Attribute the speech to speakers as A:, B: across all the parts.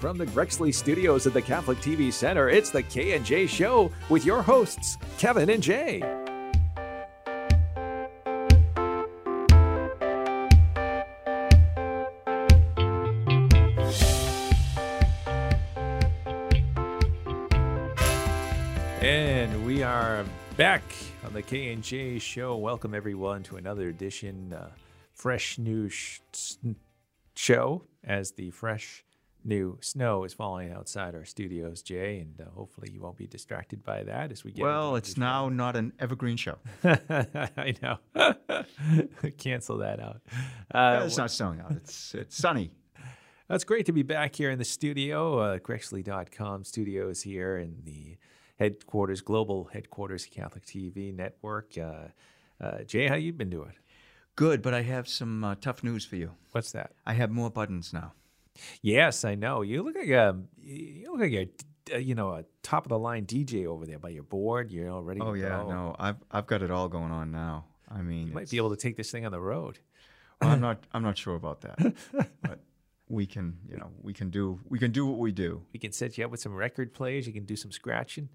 A: From the Grexley Studios at the Catholic TV Center, it's the K&J Show with your hosts, Kevin and Jay. And we are back on the K&J Show. Welcome, everyone, to another edition, uh, fresh new sh- s- show as the fresh new snow is falling outside our studios, Jay, and uh, hopefully you won't be distracted by that as we get.
B: Well,
A: into
B: it's now not an evergreen show.
A: the- I know. Cancel that out. Uh,
B: it's not snowing out. It's it's sunny.
A: That's great to be back here in the studio. Uh, Grexley.com studios here in the headquarters, global headquarters, of Catholic TV network. Uh, uh, Jay, how you been doing?
B: Good, but I have some uh, tough news for you.
A: What's that?
B: I have more buttons now.
A: Yes, I know. You look like a you look like a uh, you know a top of the line DJ over there, but you're bored. You're all ready.
B: Oh
A: to
B: yeah,
A: go.
B: no, I've I've got it all going on now. I mean,
A: You might
B: it's-
A: be able to take this thing on the road.
B: well, I'm not I'm not sure about that, but we can you know we can do we can do what we do.
A: We can set you up with some record players. You can do some scratching.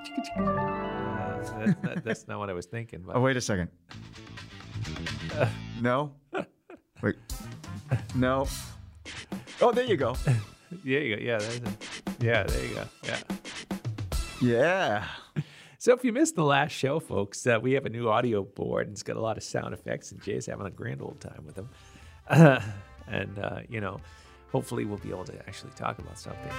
A: Uh, that, that, that's not what I was thinking. But
B: Oh wait a second. No. Wait. No. Oh, there you go.
A: Yeah, you go. Yeah, there's a, yeah, there you go. Yeah.
B: Yeah.
A: So if you missed the last show, folks, uh, we have a new audio board and it's got a lot of sound effects, and Jay's having a grand old time with them. and uh, you know, hopefully we'll be able to actually talk about something.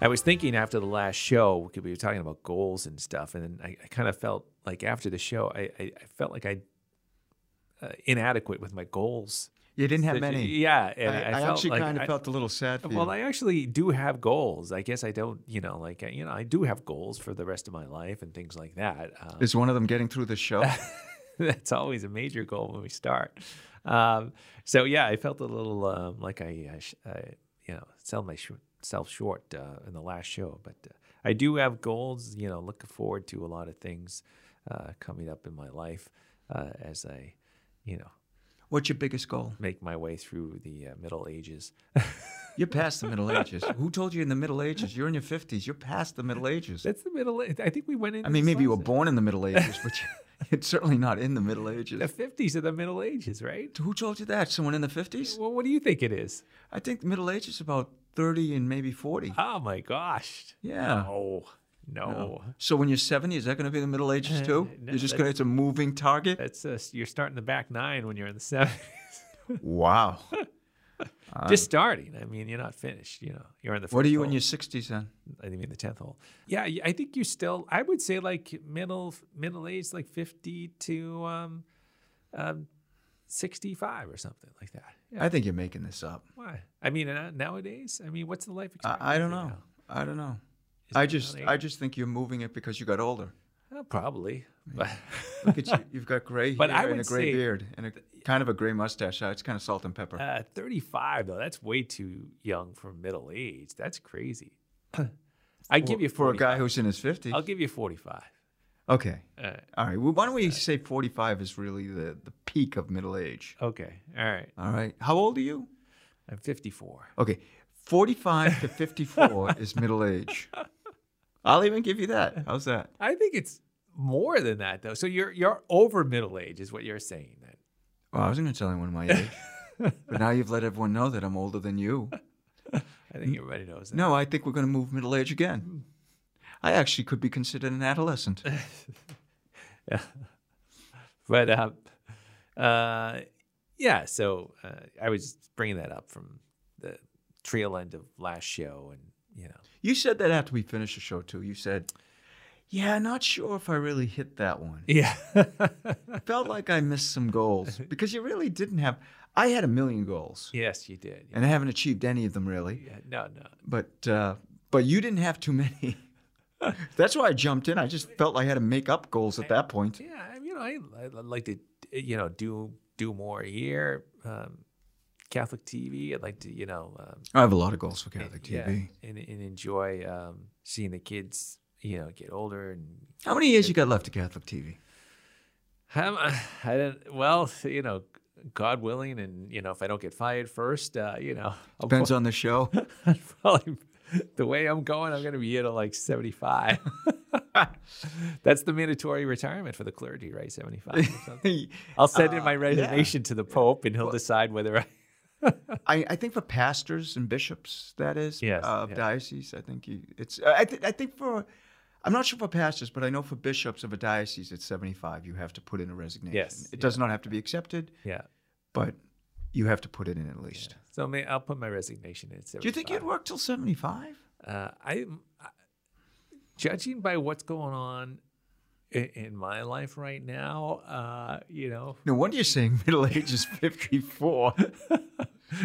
A: I was thinking after the last show, because we were talking about goals and stuff, and then I, I kind of felt like after the show, I, I, I felt like I uh, inadequate with my goals.
B: You didn't have many.
A: Yeah, and
B: I, I
A: e- felt
B: actually
A: like
B: kind of
A: I-
B: felt a little sad for you.
A: Well, I actually do have goals. I guess I don't, you know, like you know, I do have goals for the rest of my life and things like that. Um,
B: Is one of them getting through the show?
A: that's always a major goal when we start. Um, so yeah, I felt a little um, like I, I, sh- I, you know, sell myself short uh, in the last show, but uh, I do have goals. You know, looking forward to a lot of things uh, coming up in my life uh, as I, you know,
B: What's your biggest goal?
A: make my way through the uh, Middle Ages.
B: You're past the Middle Ages. Who told you in the Middle Ages? You're in your 50s. You're past the Middle Ages.
A: That's the Middle. I think we went in.
B: I mean, maybe you were born in the Middle Ages, but you- it's certainly not in the Middle
A: the
B: Ages.
A: 50s of the Middle Ages, right?
B: Who told you that? Someone in the 50s?
A: Well, what do you think it is?
B: I think the Middle Ages is about 30 and maybe 40.
A: Oh my gosh.
B: Yeah.
A: No, no.
B: So when you're 70, is that going to be the Middle Ages too?
A: no,
B: You're just going to, it's a moving target?
A: That's uh, you're starting the back nine when you're in the seventies.
B: Wow.
A: Just starting. I mean, you're not finished. You know, you're in the.
B: What are
A: first
B: you
A: hole.
B: in your 60s then?
A: I mean, the tenth hole. Yeah, y- I think you still. I would say like middle middle age, like fifty to um, um, sixty five or something like that. Yeah.
B: I think you're making this up.
A: Why? I mean, uh, nowadays. I mean, what's the life expectancy?
B: I, I don't know.
A: now?
B: I don't know.
A: Is
B: I
A: it
B: just,
A: really-
B: I just think you're moving it because you got older.
A: Uh, probably. But
B: Look at you. You've got gray hair
A: But I
B: and a
A: would
B: gray
A: say-
B: beard and a kind of a gray mustache. Uh, It's kind of salt and pepper.
A: Uh, 35 though, that's way too young for middle age. That's crazy. I give you
B: for a
A: 45.
B: guy who's in his 50s.
A: I'll give you 45.
B: Okay.
A: Uh,
B: All right. Well, why don't we say 45 is really the, the peak of middle age?
A: okay. All right.
B: All right. How old are you?
A: I'm 54.
B: Okay. 45 to 54 is middle age. I'll even give you that. How's that?
A: I think it's more than that though. So you're you're over middle age is what you're saying then.
B: Well, Oh, I wasn't going to tell anyone my age. But now you've let everyone know that I'm older than you.
A: I think everybody knows that.
B: No, I think we're going to move middle age again. I actually could be considered an adolescent.
A: But um, uh, yeah, so uh, I was bringing that up from the trail end of last show and you know.
B: You said that after we finished the show too. You said, "Yeah, not sure if I really hit that one.
A: Yeah.
B: I felt like I missed some goals because you really didn't have. I had a million goals,
A: yes, you did.
B: and I haven't achieved any of them really.
A: Yeah, no, no.
B: But uh, but you didn't have too many. That's why I jumped in. I just felt I had to make up goals at that point.
A: Yeah, I- you know, I, I I'd like to, you know, do do more here. Um, Catholic TV. I'd like to, you know, um,
B: I have a lot of goals for Catholic
A: yeah,
B: TV.
A: and, and enjoy um, seeing the kids, you know, get older. And
B: How many years you got left to Catholic TV?
A: um, I don't, well, you know, God willing, and you know, if I don't get fired first, uh, you know, I'll
B: Depends on the show.
A: probably the way I'm going, I'm going to be here to like 75. That's the mandatory retirement for the clergy, right? 75. Or something. I'll send in my resignation to the Pope, and he'll decide whether I.
B: I, I think for pastors and bishops, that is,
A: Yes,
B: of
A: yeah.
B: diocese, I think you, it's. I, th- I think for, I'm not sure for pastors, but I know for bishops of a diocese, it's 75. You have to put in a resignation.
A: Yes,
B: it does not have to be accepted,
A: Yeah.
B: but you have to put it in at least.
A: So may, I'll put my resignation in.
B: Do you think you'd work till 75?
A: Uh, I, I, judging by what's going on in, in my life right now, uh, you know,
B: No wonder you're saying middle age is 54. I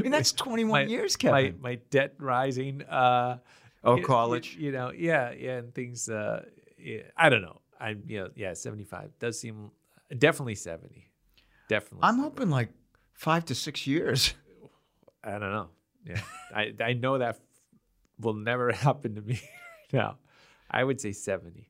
B: mean, that's 21
A: my
B: years,
A: my,
B: Kevin.
A: my debt rising. Uh,
B: oh,
A: y- y-
B: college.
A: You, know, yeah, yeah, and things. Uh, yeah, I don't know. I you know, yeah, seventy five does seem definitely seventy. Definitely,
B: I'm hoping like five to six years.
A: I don't know. Yeah, I I know that will never happen to me. now, I would say seventy.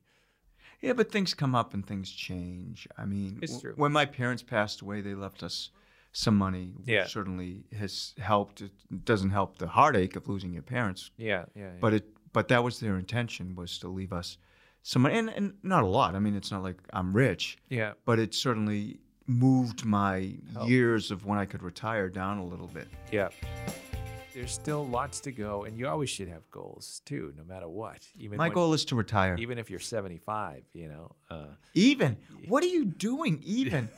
B: Yeah, but things come up and things change. I mean,
A: It's true.
B: w- when my parents passed away, they left us some money, which
A: Yeah.
B: certainly has helped. It doesn't help the heartache of losing your parents,
A: Yeah, yeah, yeah.
B: but it but that was their intention was to leave us some money, and, and not a lot. I mean, it's not like I'm rich,
A: yeah.
B: but it certainly moved my years of when I could retire down a little bit.
A: Yeah. There's still lots to go, and you always should have goals too, no matter what. Even
B: My
A: when-
B: goal is to retire.
A: even if you're 75, you know, uh,
B: Even what are you doing? Even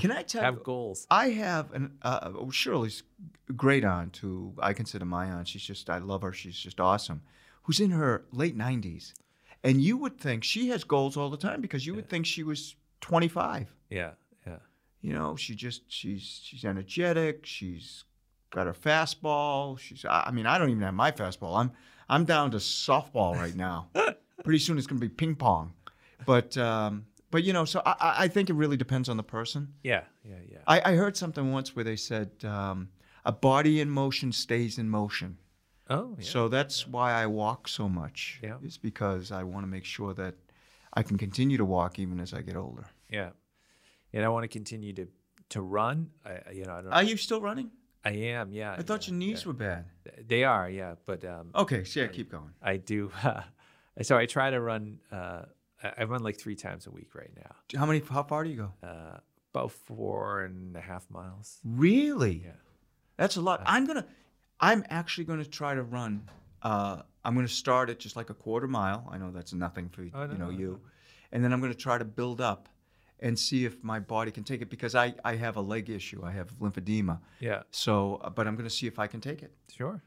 B: can I tell you?
A: have goals.
B: I have an uh, oh, Shirley's great aunt who I consider my aunt. She's just I love her. She's just awesome. Who's in her late nineties, and you would think she has goals all the time because you would think she was twenty five.
A: Yeah, yeah,
B: You know, she just she's she's energetic. She's got her fastball. She's I I mean I don't even have my fastball. I'm I'm down to softball right now. Pretty soon it's gonna be ping pong, but um, but you know so I- I I think it really depends on the person.
A: yeah, yeah, yeah.
B: I, I heard something once where they said um, a body in motion stays in motion.
A: Oh, yeah.
B: So that's why I walk so much.
A: Yeah.
B: Is because I want to make sure that I can continue to walk even as I get older.
A: yeah. And I want to continue to to run. I, I- you know, I don't.
B: Are you still running?
A: I am. Yeah.
B: Uh, I thought your knees were bad.
A: They are. Yeah, but um,
B: Okay, so yeah, keep going.
A: I do. Uh, so I try to run. Uh, I I run like three times a week right now.
B: How many? How far do you go?
A: Uh, about four and a half miles.
B: Really?
A: Yeah.
B: That's a lot. I'm gonna, I'm actually gonna try to run. Uh, I'm gonna start at just like a quarter mile. I know that's nothing for
A: Oh, no,
B: you know
A: no,
B: you, and then I'm gonna try to build up, and see if my body can take it because I I have a leg issue. I have lymphedema.
A: Yeah.
B: So, uh, but I'm gonna see if I can take it.
A: Sure.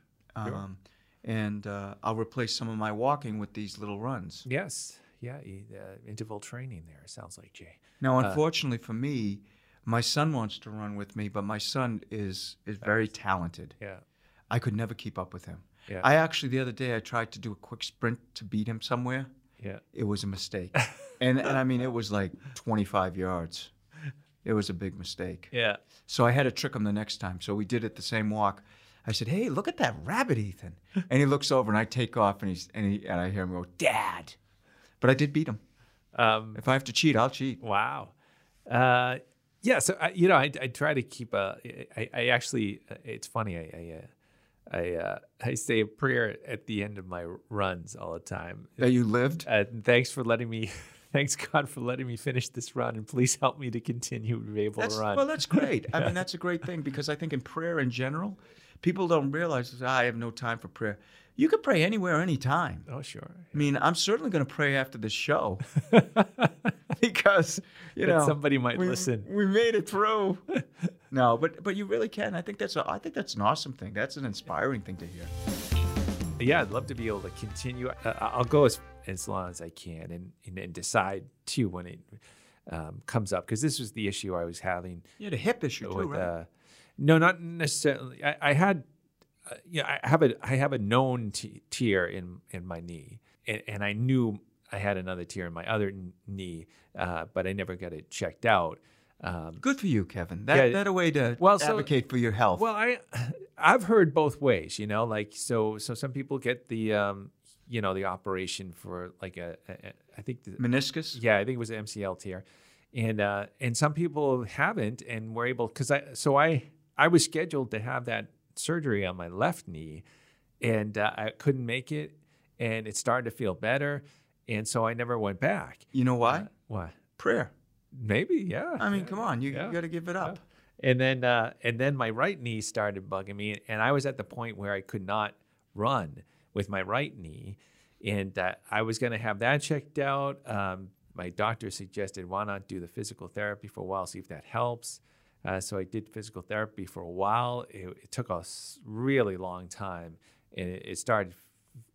A: Sure.
B: Um, and uh, I'll replace some of my walking with these little runs.
A: Yes. Yeah. y- Uh, interval training there. Sounds like Jay.
B: Now, unfortunately for me, my son wants to run with me, but my son is is very talented.
A: Yeah.
B: I could never keep up with him.
A: Yeah.
B: I actually the other day I tried to do a quick sprint to beat him somewhere.
A: Yeah.
B: It was a mistake. and and I mean it was like 25 yards. It was a big mistake.
A: Yeah.
B: So I had to trick him the next time. So we did it the same walk. I said, "Hey, look at that rabbit, Ethan." And he looks over and I take off and he's and, he, and I hear him go, "Dad." But I did beat him.
A: Um,
B: If I have to cheat, I'll cheat.
A: wow. Uh, yeah. So I, you know, I, I try to keep a. I, I actually, it's funny. I I uh, I, uh, I say a prayer at the end of my runs all the time.
B: That you lived.
A: Uh, thanks for letting me. Thanks God for letting me finish this run, and please help me to continue to be able
B: That's,
A: to run.
B: well, that's great. I mean, that's a great thing because I think in prayer in general, people don't realize "Ah, I have no time for prayer. You could pray anywhere, anytime.
A: oh, sure.
B: I mean, I'm certainly going to pray after this show because you
A: That
B: know
A: somebody might
B: we,
A: listen.
B: We made it through. no, but but you really can. I think that's a, I think that's an awesome thing. That's an inspiring thing to hear.
A: yeah i'd love to be able to continue uh, i'll go as, as long as i can and, and, and decide too when it um, comes up because this was the issue i was having
B: You had a hip issue too,
A: with
B: right?
A: uh, no not necessarily i, I had uh, yeah i have a i have a known t- tear in in my knee and, and i knew i had another tear in my other n- knee uh, but i never got it checked out um,
B: Good for you, Kevin. That
A: Yeah.
B: that a way to
A: Well, so-
B: advocate for your health.
A: Well, I I've heard both ways, you know, like so so some people get the um you know the operation for like a, a a- I think the,
B: Meniscus.
A: yeah, I think it was MCL tear. and uh, and some people haven't and were able because I so I I was scheduled to have that surgery on my left knee, and uh, I couldn't make it, and it started to feel better, and so I never went back.
B: You know why?
A: What?
B: Prayer.
A: Maybe, yeah.
B: I mean, come on, you,
A: Yeah.
B: you got to give it up.
A: And then uh, and then my right knee started bugging me, and I was at the point where I could not run with my right knee, and uh, I was going to have that checked out. Um, my doctor suggested why not do the physical therapy for a while, see if that helps. Uh, so I did physical therapy for a while. It, it took a s- really long time, and it, it started to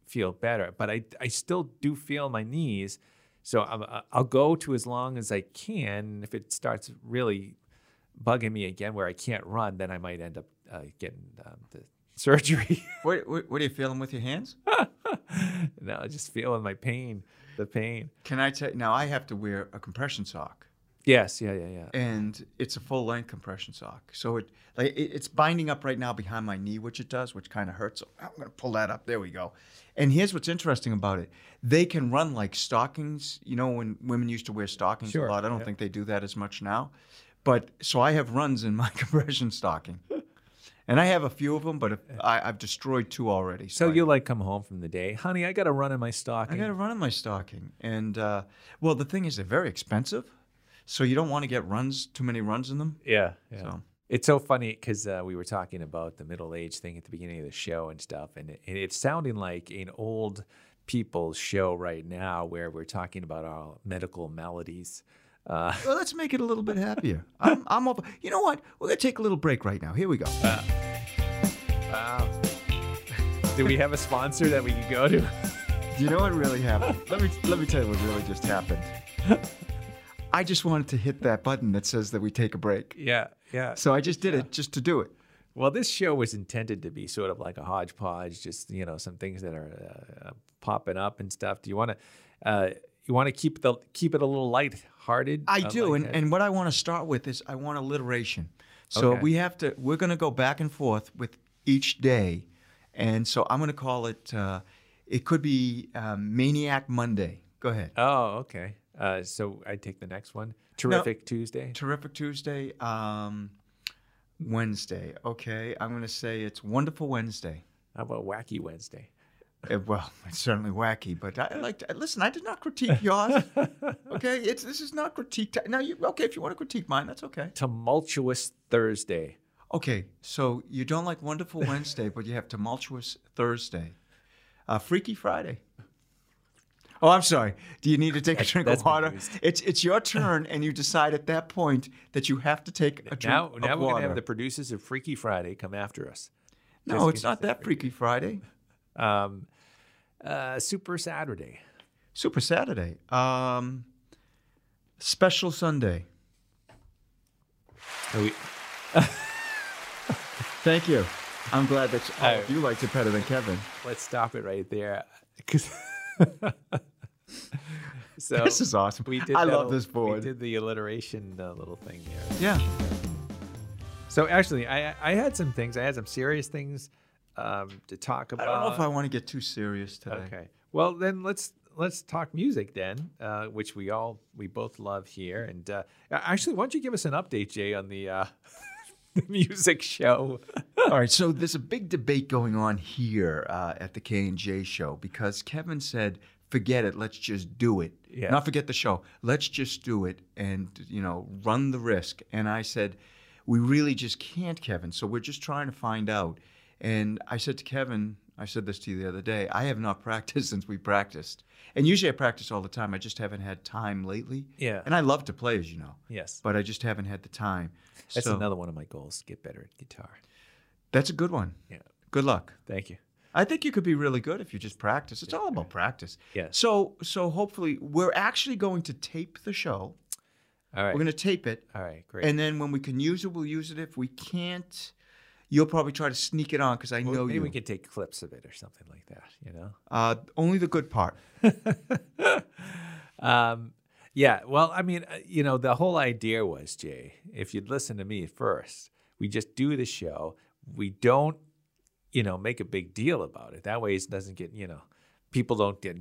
A: feel better. But I I still do feel my knees, so I'm, uh, I'll go to as long as I can. And if it starts really bugging me again where I can't run, then I might end up uh, getting um, the surgery.
B: What, what, what are you feeling with your hands?
A: now I just feeling my pain, the pain.
B: Can I tell? Now I have to wear a compression sock,
A: Yes, yeah, yeah, yeah.
B: and it's a full length compression sock. So it like it, it's binding up right now behind my knee, which it does, which kind of hurts. So I'm gonna pull that up. There we go. And here's what's interesting about it: they can run like stockings. You know, when women used to wear stockings
A: Sure,
B: a lot. I don't
A: yeah.
B: think they do that as much now. But so I have runs in my compression stocking, and I have a few of them, but I, I've destroyed two already.
A: So
B: I-
A: you like come home from the day, honey? I got to run in my
B: I
A: stocking.
B: got to run in my stocking, and uh, well, the thing is, they're very expensive, so you don't want to get runs too many runs in them.
A: yeah, yeah.
B: So
A: It's so funny because uh, we were talking about the middle age thing at the beginning of the show and stuff, and it, and it's sounding like an old people's show right now where we're talking about our medical maladies. Uh,
B: well, let's make it a little bit happier. I'm, I'm over. You know what? We're gonna take a little break right now. Here we go.
A: wow. Do we have a sponsor that we can go to?
B: you know what really happened? Let me let me tell you what really just happened. I just wanted to hit that button that says that we take a break,
A: Yeah, yeah.
B: so I just did it just to do it.
A: Well, this show was intended to be sort of like a hodgepodge, just you know, some things that are uh, uh, popping up and stuff. Do you want to, uh, you want to keep the keep it a little lighthearted?
B: I
A: uh,
B: do,
A: like
B: and,
A: that?
B: and what I want to start with is I want alliteration. So
A: Okay.
B: we have to. We're going to go back and forth with each day, and so I'm going to call it. Uh, it could be um, Maniac Monday. Go ahead.
A: oh, okay. Uh, so I take the next one. Terrific Tuesday.
B: Terrific Tuesday. Um, Wednesday. Okay, I'm going to say it's Wonderful Wednesday.
A: How about Wacky Wednesday?
B: Uh, well, it's certainly wacky, but I, I like. To, listen, I did not critique yours. okay, it's this is not critique. ti- Now you okay if you want to critique mine, that's okay.
A: Tumultuous Thursday.
B: Okay, so you don't like Wonderful Wednesday, but you have Tumultuous Thursday, uh, Freaky Friday. Oh, I'm sorry. Do you need to take a drink
A: that's
B: of
A: been
B: water?
A: used.
B: It's it's your turn, and you decide at that point that you have to take a drink
A: Now,
B: of
A: now we're
B: water.
A: gonna have the producers of Freaky Friday come after us.
B: no,
A: just
B: it's not
A: consider
B: that Freaky Friday.
A: Um, uh, Super Saturday.
B: Super Saturday. Um, special Sunday.
A: Are we-
B: Thank you. I'm glad that all of
A: Oh.
B: you liked it better than Kevin.
A: let's stop it right there. 'cause- so
B: This is awesome.
A: Oh, We did
B: I
A: that
B: love
A: al-
B: this board.
A: We did the alliteration uh, little thing there.
B: Yeah.
A: So actually, I I had some things. I had some serious things um, to talk
B: I
A: about.
B: don't know if I want to get too serious today.
A: Okay. Well, then let's let's talk music then, uh, which we all we both love here. And uh, actually, why don't you give us an update, Jay, on the uh, the music show?
B: All right, so there's a big debate going on here uh, at the K and J show because Kevin said, "Forget it, let's just do it."
A: Yeah.
B: Not forget the show. Let's just do it, and you know, run the risk. And I said, "We really just can't, Kevin. So we're just trying to find out." And I said to Kevin, I said this to you the other day. I have not practiced since we practiced, and usually I practice all the time. I just haven't had time lately.
A: Yeah.
B: And I love to play, as you know,
A: yes.
B: but I just haven't had the time.
A: That's
B: so
A: another one of my goals: to get better at guitar.
B: that's a good one.
A: Yeah.
B: Good luck.
A: Thank you.
B: I think you could be really good if you just practice. It's all about practice.
A: Yes.
B: So so hopefully we're actually going to tape the show.
A: All right.
B: We're going to tape it,
A: all right. Great.
B: and then when we can use it, we'll use it. If we can't, you'll probably try to sneak it on because I
A: Well,
B: know
A: maybe
B: you.
A: we could take clips of it or something like that, you know?
B: uh, only the good part.
A: Um, yeah. Well, I mean, uh, you know, the whole idea was, Jay, if you'd listen to me first, we just do the show. We don't, you know, make a big deal about it. That way it doesn't get, you know, people don't get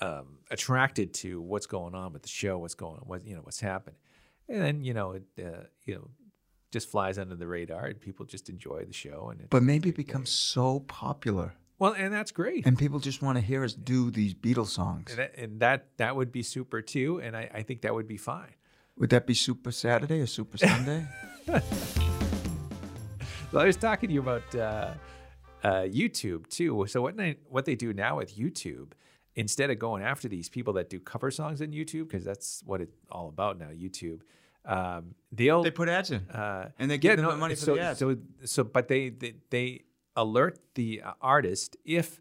A: um, attracted to what's going on with the show, what's going on, what, you know, what's happening. and then you know it uh, you know just flies under the radar and people just enjoy the show and it,
B: But maybe it becomes so popular,
A: well and that's great
B: and people just want to hear us do these Beatles songs.
A: and that, and that that would be super too and I, I think that would be fine
B: Would that be Super Saturday or Super Sunday?
A: Well, I was talking to you about uh, uh, YouTube too. So what they, what they do now with YouTube, instead of going after these people that do cover songs on YouTube, because that's what it's all about now, YouTube. Um, they'll
B: they put ads in,
A: uh,
B: and they
A: yeah,
B: give them
A: no,
B: the money for
A: so,
B: the ads.
A: So, so, but they, they they alert the uh, artist if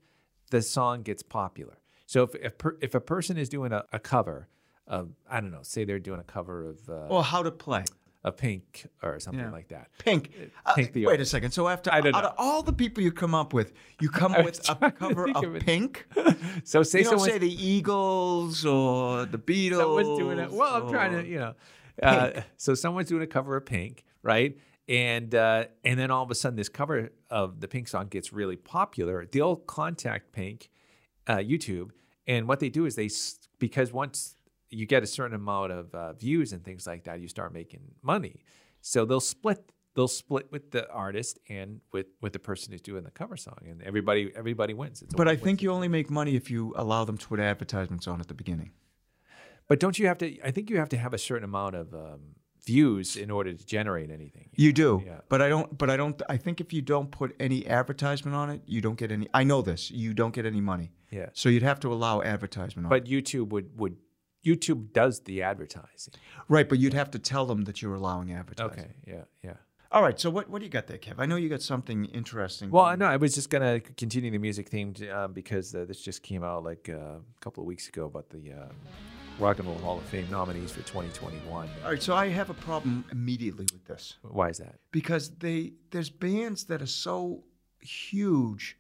A: the song gets popular. So if if, per, if a person is doing a, a cover of I don't know, say they're doing a cover of uh,
B: or how to play.
A: a Pink or something
B: Yeah.
A: like that.
B: Pink. Uh,
A: Pink the
B: wait a
A: Orange.
B: second. So after
A: I don't
B: out
A: know.
B: of all the people you come up with, you come
A: I was
B: with a
A: trying to
B: cover
A: think
B: of,
A: of it.
B: Pink.
A: So say
B: You don't
A: someone
B: say the Eagles or the Beatles.
A: someone's doing it. Well, I'm trying
B: or-
A: to, you know. Uh, so someone's doing a cover of Pink, right? And uh, and then all of a sudden, this cover of the Pink song gets really popular. They'll contact Pink, uh, YouTube, and what they do is they s- because once you get a certain amount of uh, views and things like that, you start making money. So they'll split. They'll split with the artist and with with the person who's doing the cover song, and everybody everybody wins. It's a
B: But I
A: win-win
B: think you only make money if you allow them to put advertisements on at the beginning.
A: But don't you have to? I think you have to have a certain amount of um, views in order to generate anything.
B: You do,
A: Yeah.
B: but I don't. But I don't. I think if you don't put any advertisement on it, you don't get any. I know this. You don't get any money.
A: Yeah.
B: So you'd have to allow advertisement on.
A: But YouTube would would YouTube does the advertising.
B: right, but you'd have to tell them that you're allowing advertising.
A: Okay. Yeah. Yeah.
B: All right. So what what do you got there, Kev? I know you got something interesting.
A: Well, I know I was just gonna c- continue the music theme t- um, because uh, this just came out like uh, a couple of weeks ago about the uh, Rock and Roll Hall of Fame nominees for 2021.
B: All right. So I have a problem immediately with this.
A: Why is that?
B: because they there's bands that are so huge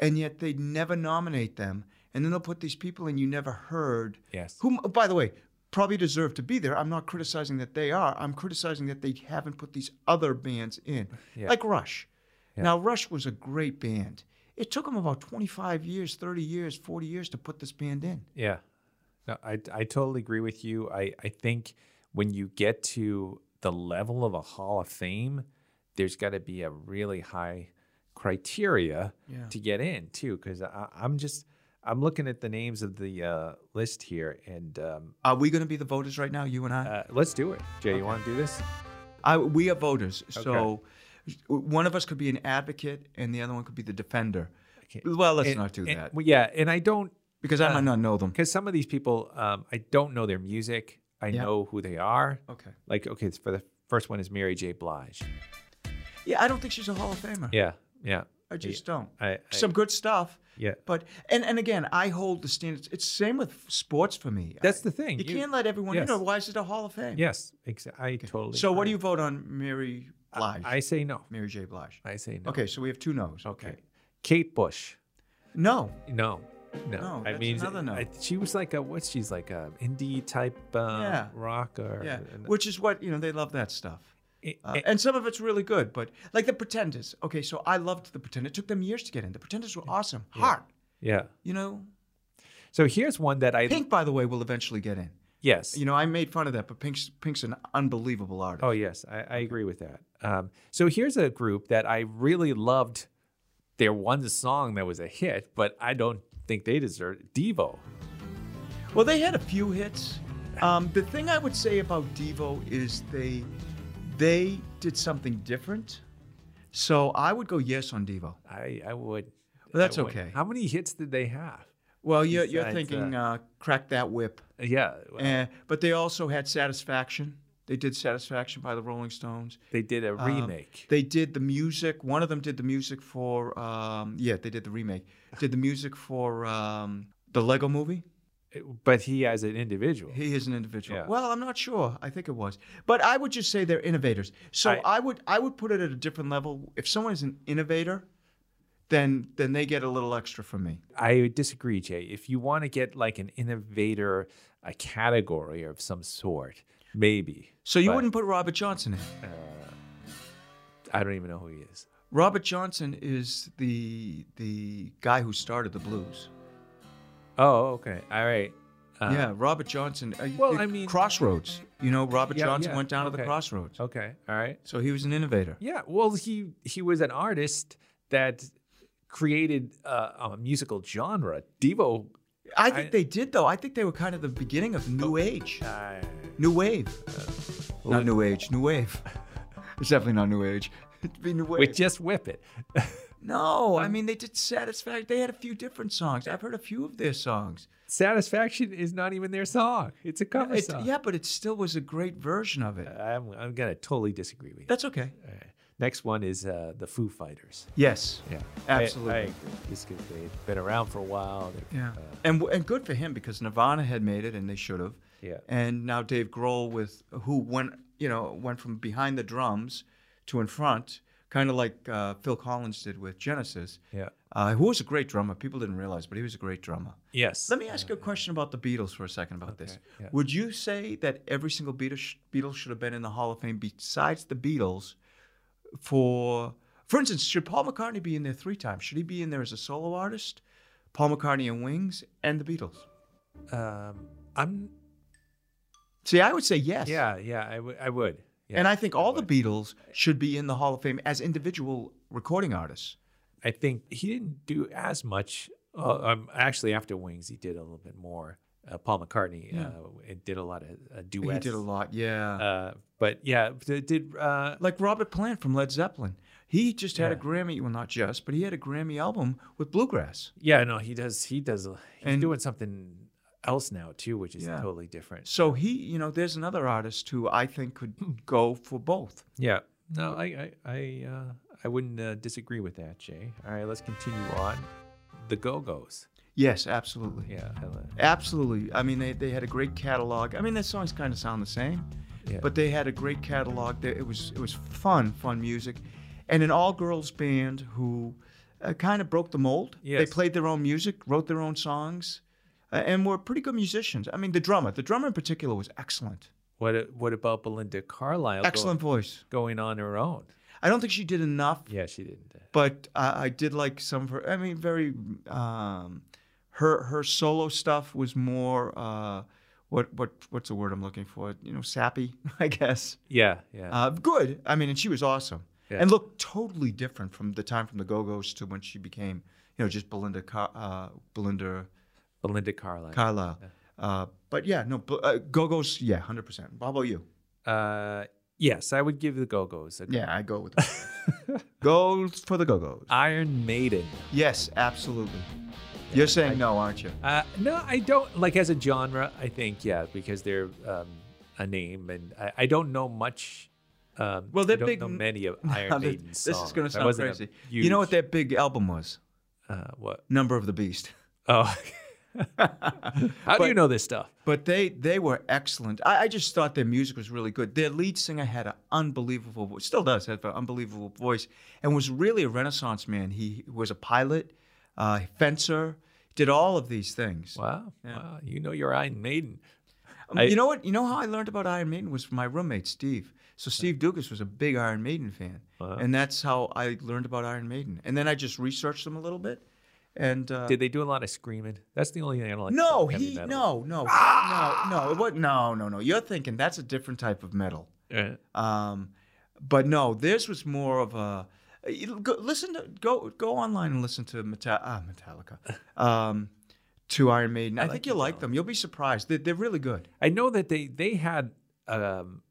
B: and yet they never nominate them and then they'll put these people in you never heard
A: Yes.
B: whom by the way probably deserve to be there i'm not criticizing that they are i'm criticizing that they haven't put these other bands in
A: Yeah.
B: like rush
A: Yeah.
B: now rush was a great band it took them about 25 years 30 years 40 years to put this band in
A: Yeah. No, I, I totally agree with you. I, I think when you get to the level of a Hall of Fame, there's got to be a really high criteria
B: Yeah.
A: to get in, too. Because I'm just, I'm looking at the names of the uh, list here and um,
B: are we going to be the voters right now you and i
A: uh, let's do it. Jay, you want to do this?
B: I, we are voters, so one of us could be an advocate and the other one could be the defender.
A: Okay.
B: Well, let's
A: And-
B: not do
A: and- uh,
B: that
A: well, yeah. And I don't,
B: because I might not know them.
A: because some of these people, um, I don't know their music. I
B: Yeah.
A: know who they are.
B: Okay.
A: Like, okay, for the first one is Mary J. Blige.
B: Yeah, I don't think she's a Hall of Famer.
A: Yeah. Yeah.
B: I just don't.
A: I, I
B: Some good stuff.
A: Yeah.
B: But and and again, I hold the standards. It's same with sports for me.
A: That's
B: I-
A: the thing.
B: You, can't let everyone
A: yes.
B: in. Otherwise, it's a Hall of Fame.
A: Yes, exactly. I totally.
B: So what
A: agree.
B: do you vote on, Mary Blige?
A: I say no.
B: Mary J. Blige.
A: I say no.
B: Okay, so we have two no's.
A: Okay. Kate Bush.
B: No.
A: No. No.
B: No,
A: I
B: that's
A: mean,
B: another no.
A: I, she was like a what's she's like a indie type um,
B: Yeah.
A: rock or
B: Yeah.
A: and-
B: Which is what you know. They love that stuff.
A: it-
B: Uh,
A: it-
B: and some of it's really good, but like the Pretenders. Okay, so I loved the Pretenders. It took them years to get in. The Pretenders were awesome. Hard,
A: yeah.
B: you know.
A: So here's one that I
B: Pink, by the way, will eventually get in.
A: yes.
B: You know, I made fun of that, but Pink's Pink's an unbelievable artist.
A: Oh yes, I, I agree with that. Um, so here's a group that I really loved. Their one song that was a hit, but I don't think they deserve Devo. Oh.
B: Well, they had a few hits. Um, the thing I would say about Devo is they they did something different. So I would go yes on Devo.
A: I I would.
B: Well, that's
A: I would.
B: okay.
A: How many hits did they have?
B: Well, you're, you're
A: Besides,
B: thinking uh, crack that whip,
A: Yeah, well,
B: Eh, but they also had Satisfaction. They did Satisfaction by the Rolling Stones.
A: they did a
B: Um,
A: remake.
B: they did the music. One of them did the music for. Um, yeah, they did the remake. Did the music for um, the Lego Movie.
A: but he as an individual.
B: He is an individual.
A: Yeah.
B: Well, I'm not sure. I think it was, but I would just say they're innovators. So
A: I-
B: I, would I would put it at a different level. If someone is an innovator, then then they get a little extra from me.
A: I disagree, Jay. If you want to get like an innovator, a category of some sort, maybe.
B: So you
A: But-
B: wouldn't put Robert Johnson in.
A: I don't even know who he is.
B: Robert Johnson is the the guy who started the blues.
A: Oh, okay. All right. Uh,
B: yeah, Robert Johnson. uh,
A: Well,
B: the
A: I mean-
B: Crossroads. You know, Robert
A: Yeah,
B: Johnson
A: yeah,
B: went down to the
A: okay.
B: Crossroads.
A: Okay. All right.
B: So he was an innovator.
A: Yeah. Well, he he was an artist that created uh, a musical genre. Devo.
B: I think
A: I-
B: they did though. I think they were kind of the beginning of new age,
A: Uh,
B: new wave.
A: well-
B: Not new age, new wave. it's definitely not new age. It'd be new wave.
A: with just whip it.
B: no, I mean they did Satisfaction. They had a few different songs. I've heard a few of their songs.
A: Satisfaction is not even their song. It's a cover
B: It-
A: song.
B: yeah, but it still was a great version of it.
A: I'm, I'm gonna totally disagree with you.
B: That's okay.
A: All right. Next one is uh, the Foo Fighters.
B: Yes.
A: Yeah,
B: Absolutely.
A: I, I agree. Just 'cause they've been around for a while. They're-
B: Yeah. Uh, And and good for him because Nirvana had made it and they should have.
A: Yeah.
B: And now Dave Grohl with who went you know went from behind the drums to in front, kind of like uh, Phil Collins did with Genesis.
A: Yeah.
B: Uh, who was a great drummer. People didn't realize, but he was a great drummer.
A: Yes.
B: Let me ask you a question about the Beatles for a second about this.
A: Okay, yeah.
B: Would you say that every single Beatles, sh- Beatles should have been in the Hall of Fame besides the Beatles for, for instance, should Paul McCartney be in there three times? Should he be in there as a solo artist, Paul McCartney and Wings, and the Beatles?
A: Um, I'm.
B: See, I would say yes.
A: Yeah. Yeah. I would. I would. Yeah.
B: And I think all the Beatles should be in the Hall of Fame as individual recording artists.
A: I think he didn't do as much. Uh, um, actually, after Wings, he did a little bit more. Uh, Paul McCartney
B: Yeah.
A: uh, it did a lot of uh, duets.
B: He did a lot, yeah.
A: Uh, but yeah, they did uh,
B: like Robert Plant from Led Zeppelin. He just had
A: Yeah.
B: a Grammy, well, not just, but he had a Grammy album with bluegrass.
A: Yeah, no, he does. He does. He's
B: And-
A: doing something else now too, which is
B: Yeah.
A: totally different.
B: So he, you know, there's another artist who I think could
A: Hmm.
B: go for both.
A: Yeah. No, I, I, I, uh, I wouldn't uh, disagree with that, Jay. All right, let's continue on. The Go Go's.
B: Yes, absolutely.
A: Yeah. I li-
B: Absolutely. I mean, they, they had a great catalog. I mean, their songs kind of sound the same,
A: Yeah.
B: but they had a great catalog. They- It was it was fun, fun music, and an all girls band who uh, kind of broke the mold. They
A: Yes.
B: played their own music, wrote their own songs, uh, and were pretty good musicians. I mean, the drummer, the drummer in particular, was excellent.
A: What a- What about Belinda Carlisle? go-
B: Excellent voice.
A: going on her own.
B: I don't think she did enough
A: Yeah, she didn't. uh,
B: but I, I did like some of her. I mean, very. Um, her her solo stuff was more. Uh, what what what's the word I'm looking for? You know, sappy, I guess.
A: Yeah. Yeah.
B: Uh, good. I mean, and she was awesome,
A: Yeah.
B: and looked totally different from the time from the Go Go's to when she became, you know, just Belinda Car- uh, Belinda
A: Belinda Carlisle.
B: Carlisle. Uh, but yeah, no, Bel- uh, Go Go's, yeah, hundred percent. How about you?
A: uh, yes, I would give the Go Go's.
B: Yeah, I go with Go for the Go Go's.
A: Iron Maiden.
B: Yes, absolutely. You're saying no, aren't you?
A: Uh, no, I don't like as a genre. I think yeah, because they're um, a name, and I, I don't know much. Um,
B: Well, their
A: I don't
B: big-
A: know many of
B: Now
A: Iron
B: that-
A: Maiden
B: This
A: songs.
B: is going
A: I
B: to sound
A: wasn't a
B: crazy.
A: Huge,
B: You know what their big album was?
A: uh, what?
B: Number of the Beast.
A: Oh, how do you know this stuff?
B: But they they were excellent. I, I just thought their music was really good. Their lead singer had an unbelievable voice, still does have an unbelievable voice, and was really a renaissance man. He was a pilot, uh, fencer, did all of these things.
A: Wow, wow, you know your Iron Maiden.
B: Um,
A: I-
B: you know what? You know how I learned about Iron Maiden was from my roommate Steve. So Steve Dugas was a big Iron Maiden fan,
A: Wow.
B: and that's how I learned about Iron Maiden. And then I just researched them a little bit, and uh,
A: Did they do a lot of screaming? That's the only thing I don't like.
B: No,
A: about heavy
B: he
A: metal.
B: no no no no it was no no no. You're thinking that's a different type of metal.
A: Uh,
B: Um, but no, this was more of a. you Go, listen to go go online and listen to Meta- ah, Metallica, um, to Iron Maiden. I, think you'll like them. You'll be surprised. They're, they're really good.
A: I know that they they had um,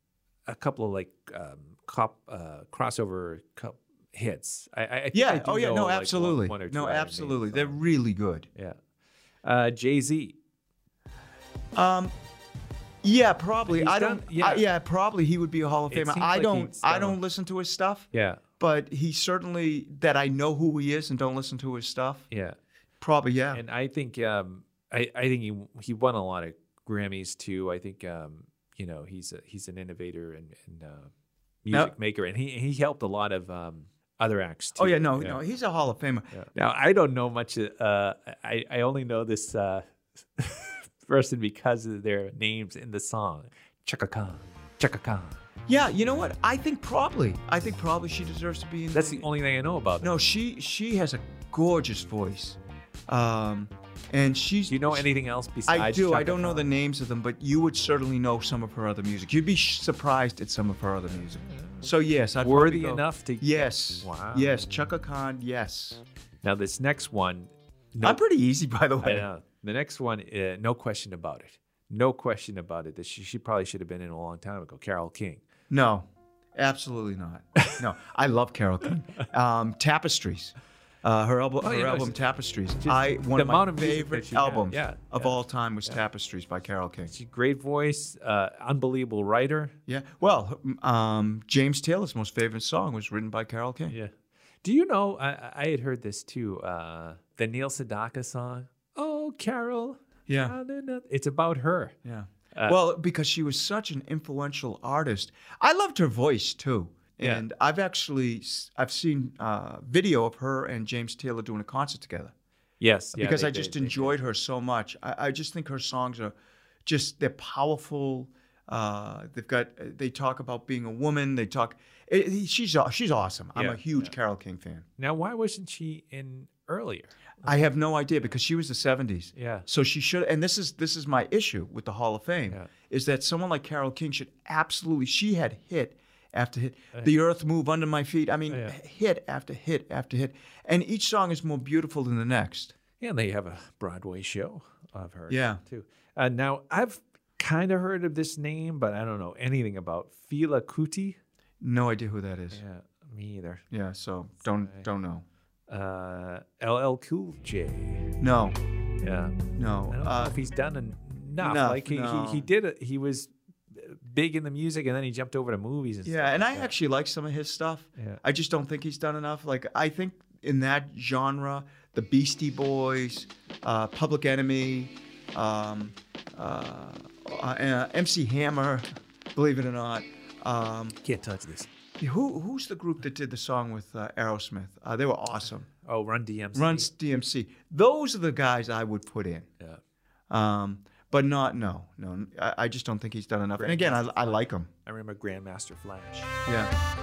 A: a couple of like um, cop uh, crossover cup hits. I, I, I think I
B: Yeah.
A: do
B: Oh yeah.
A: know,
B: No,
A: like, one-
B: absolutely.
A: one or two
B: no,
A: Iron Maiden
B: absolutely.
A: songs.
B: They're really good.
A: Yeah. Uh, Jay Z.
B: Um, yeah, probably.
A: He's
B: I
A: done-
B: don't.
A: yeah.
B: yeah. yeah, probably he would be a Hall of
A: It
B: Famer.
A: seems
B: I
A: like
B: don't.
A: he's
B: I
A: done-
B: don't listen to his stuff.
A: Yeah.
B: but he certainly that I know who he is and don't listen to his stuff.
A: Yeah.
B: Probably, yeah.
A: And I think um, I, I think he he won a lot of Grammys too. I think um, you know he's a, he's an innovator and, and uh, music maker, and he he helped a lot of um, other acts too.
B: oh yeah, no, no, he's a Hall of Famer.
A: Yeah. Now I don't know much. Uh, I I only know this uh, person because of their names in the song. Chaka Khan. Chaka Khan.
B: Yeah, you know what? I think probably, I think probably she deserves to be in.
A: That's the only thing I know about. them.
B: No, she she has a gorgeous voice. Um, And she's
A: Do you know anything else besides?
B: I do. I
A: Chaka
B: don't know the
A: Khan?
B: names of them, but you would certainly know some of her other music. You'd be sh- surprised at some of her other music. So yes, I'd probably
A: Worthy
B: go-
A: enough to
B: Yes.
A: Wow.
B: Yes, Chaka Khan. Yes.
A: Now this next one, no,
B: Not pretty easy, by the
A: I
B: way.
A: know. the next one, uh, no question about it. No question about it. That she, she probably should have been in a long time ago. Carol King.
B: No, absolutely not. No, I love Carol King. Um, Tapestries. Uh, her album,
A: Oh,
B: her
A: yeah, no,
B: album
A: she's-
B: Tapestries. I one
A: the
B: of
A: amount
B: my
A: of music that
B: favorite
A: she had,
B: albums
A: yeah,
B: of
A: yeah,
B: all time was Tapestries by Carol King.
A: She great voice, uh, unbelievable writer.
B: Yeah. Well, um, James Taylor's most favorite song was written by Carol King.
A: Yeah. Do you know? I- I, I had heard this too. Uh, the Neil Sedaka song. Oh, Carol.
B: Yeah.
A: how did that-" It's about her.
B: Yeah.
A: Uh,
B: well, because she was such an influential artist. I loved her voice too.
A: Yeah.
B: And I've actually s- I've seen uh, video of her and James Taylor doing a concert together
A: Yes. yeah,
B: because
A: they
B: I just
A: did, they did.
B: enjoyed her so much. I, I just think her songs are just they're powerful. Uh, they've got they talk about being a woman. They talk. It, it- she's aw- she's awesome. I'm
A: Yeah,
B: a huge Carol King fan.
A: Now, why wasn't she in earlier?
B: I have no idea because she was the 70s.
A: Yeah.
B: So she should, and this is this is my issue with the Hall of Fame,
A: Yeah.
B: is that someone like Carol King should absolutely. She had hit after hit, the earth move under my feet. I mean,
A: Yeah.
B: hit after hit after hit, and each song is more beautiful than the next.
A: Yeah, and they have a Broadway show of her.
B: Yeah.
A: Too. Uh, now, I've kind of heard of this name, but I don't know anything about Fila Kuti.
B: No idea who that is.
A: Yeah, me either.
B: Yeah. so don't don't know.
A: Uh, LL Cool J.
B: No,
A: Yeah.
B: no.
A: I don't know
B: Uh,
A: if he's done en- enough.
B: enough,
A: like he,
B: no.
A: he, he did it. He was big in the music, and then he jumped over to movies. And
B: yeah,
A: stuff
B: and
A: like
B: I
A: that.
B: actually like some of his stuff.
A: Yeah.
B: I just don't think he's done enough. Like I think in that genre, the Beastie Boys, uh, Public Enemy, um, uh, uh, MC Hammer, believe it or not. Um,
A: can't touch this.
B: who who's the group that did the song with uh, Aerosmith? Uh, they were awesome.
A: Oh, Run DMC.
B: Runs DMC. Those are the guys I would put in.
A: Yeah.
B: Um, but not no no. I, I just don't think he's done enough. And again, I, I like him.
A: I remember Grandmaster Flash.
B: Yeah.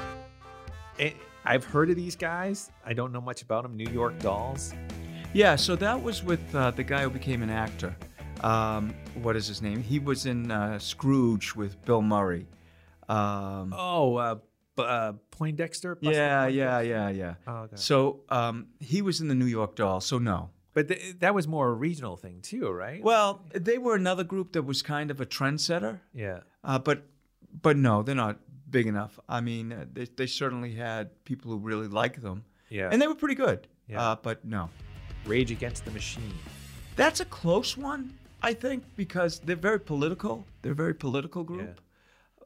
A: And I've heard of these guys. I don't know much about them. New York Dolls.
B: Yeah, so that was with uh, the guy who became an actor. Um, what is his name? He was in uh, Scrooge with Bill Murray. Um,
A: Oh, uh, B- uh, Poindexter. Buster
B: yeah,
A: Poindexter?
B: yeah, yeah, yeah.
A: Oh, okay.
B: So um, he was in the New York Doll, so no.
A: But th- that was more a regional thing too, right?
B: Well, they were another group that was kind of a trendsetter,
A: yeah,
B: uh, but but no, they're not big enough. I mean, uh, they, they certainly had people who really liked them,
A: yeah.
B: and they were pretty good.
A: Yeah.
B: Uh, but no.
A: Rage Against the Machine.
B: That's a close one, I think, because they're very political. They're a very political group.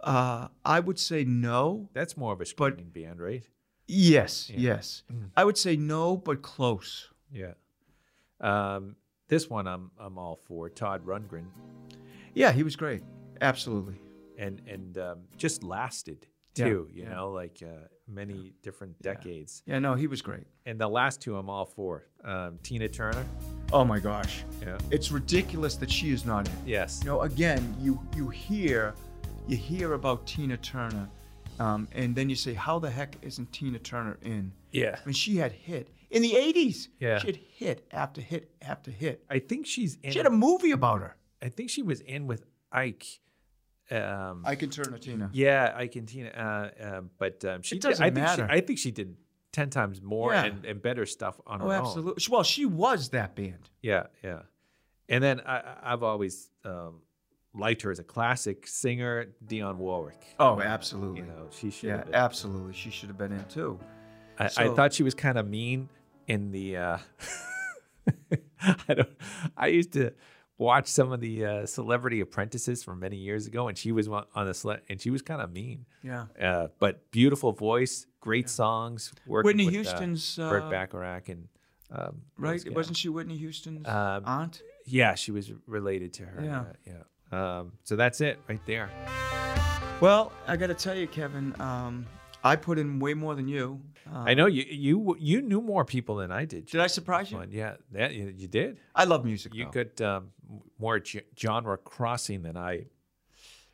B: Uh, I would say no.
A: That's more of a screaming band, right?
B: Yes, yes.
A: Mm.
B: I would say no, but close.
A: Yeah. Um, this one I'm I'm all for. Todd Rundgren
B: Yeah, he was great. Absolutely.
A: and and um, just lasted
B: Yeah,
A: too. You
B: yeah.
A: know, like uh, many different decades.
B: Yeah, no, he was great.
A: And the last two I'm all for. Um, Tina Turner.
B: Oh my gosh.
A: Yeah.
B: It's ridiculous that she is not in. it.
A: Yes.
B: You know, again, you you hear you hear about Tina Turner, um, and then you say, How the heck isn't Tina Turner in?
A: Yeah.
B: I mean, she had hit in the 80s.
A: Yeah.
B: She had hit after hit after hit.
A: I think she's in.
B: She had a movie about her.
A: I think she was in with Ike. Um,
B: I can turn Tina.
A: Yeah, I can Tina. Uh, uh, but um, she
B: It
A: did-
B: doesn't
A: I think
B: matter.
A: She, I think she did ten times more
B: Yeah.
A: and, and better stuff on
B: Oh,
A: her own.
B: absolutely. Well, she was that band.
A: Yeah, yeah. And then I, I- I've always um, liked her as a classic singer, Dionne Warwick.
B: Oh, absolutely.
A: You know, she should.
B: yeah,
A: have been.
B: absolutely. She should have been in too.
A: I, I
B: so-
A: thought she was kind of mean in the. Uh, I don't. I used to watch some of the uh, Celebrity Apprentices from many years ago, and she was one- on the sele- and she was kind of mean.
B: Yeah.
A: uh, but beautiful voice, great songs. Working
B: Whitney
A: with, uh,
B: Houston's, uh,
A: Burt Bacharach and um,
B: Right?
A: those guys.
B: Wasn't she Whitney Houston's
A: Um,
B: aunt?
A: Yeah, she was related to her.
B: Yeah.
A: yeah. yeah. Um, so that's it right there.
B: Well, I got to tell you, Kevin, um, I put in way more than you. Uh,
A: I know you you you knew more people than I did.
B: did I surprise you?
A: John. Yeah, that you, you did.
B: I love music.
A: You
B: though.
A: got um, more g- genre crossing than I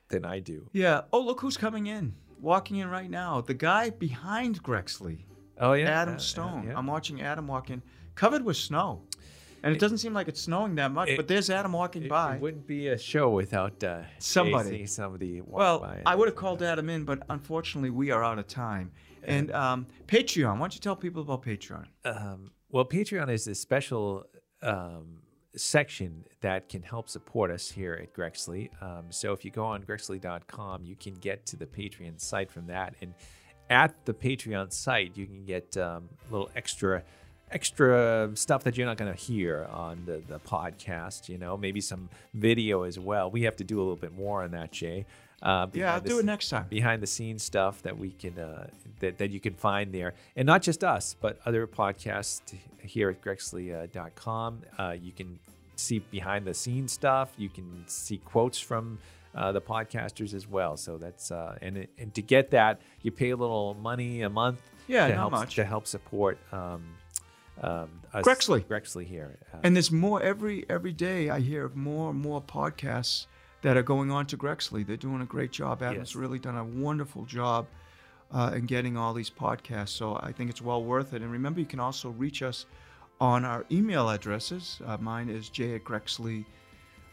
A: than I do.
B: Yeah. Oh, look who's coming in. Walking in right now. The guy behind Grexley,
A: Oh yeah,
B: Adam
A: yeah,
B: Stone.
A: yeah.
B: I'm watching Adam walk in, covered with snow. And it doesn't seem like it's snowing that much,
A: it-
B: but there's Adam walking
A: It,
B: by.
A: it wouldn't be a show without uh,
B: Somebody.
A: Jay-Z, somebody. walk
B: well,
A: by and
B: I would have
A: say,
B: called Adam in, but unfortunately, we are out of time. And um, Patreon, why don't you tell people about Patreon?
A: um, well, Patreon is this special um, section that can help support us here at Grexley. Um, so if you go on grexley.com, you can get to the Patreon site from that. And at the Patreon site, you can get um, a little extra extra stuff that you're not going to hear on the, the podcast, you know, maybe some video as well. We have to do a little bit more on that, Jay. Uh,
B: Yeah, I'll
A: behind the
B: do it
A: sce-
B: next time.
A: behind the scenes stuff that we can uh, that, that you can find there and not just us but other podcasts here at grexley.com uh, you can see behind the scenes stuff you can see quotes from uh, the podcasters as well so that's uh, and, it- and to get that you pay a little money a month
B: Yeah,
A: to
B: not
A: help
B: much.
A: to help support um, um, us,
B: Grexley.
A: Grexley here uh,
B: And there's more every every day. I hear of more and more podcasts that are going on to Grexley. They're doing a great job. Adam's
A: Yes.
B: really done a wonderful job uh, in getting all these podcasts. So I think it's well worth it. And remember, you can also reach us on our email addresses. Uh, mine is j at grexley.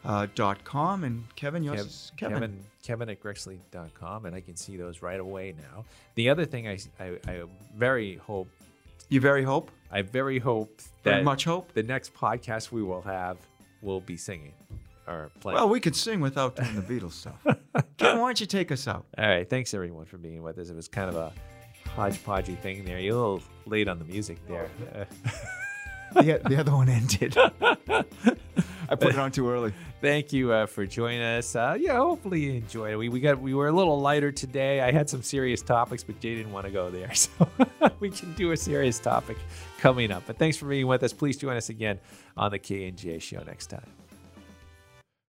B: Uh, dot com and Kevin, yours
A: Kev-
B: is Kevin.
A: Kevin. Kevin at grexley.com, and I can see those right away now. The other thing I, I, I very hope,
B: You very hope,
A: I very hope
B: very
A: that
B: much hope.
A: the next podcast we will have will be singing or playing.
B: Well, we could sing without doing the Beatles stuff. Kevin, why don't you take us out?
A: All right. Thanks, everyone, for being with us. It was kind of a hodgepodgey thing there. You're a little late on the music there.
B: The, the other one ended. I put it on too early.
A: Thank you uh, for joining us. Uh, yeah, hopefully you enjoyed it. We, we got we were a little lighter today. I had some serious topics, but Jay didn't want to go there, so we can do a serious topic coming up. But thanks for being with us. Please join us again on the K and J Show next time.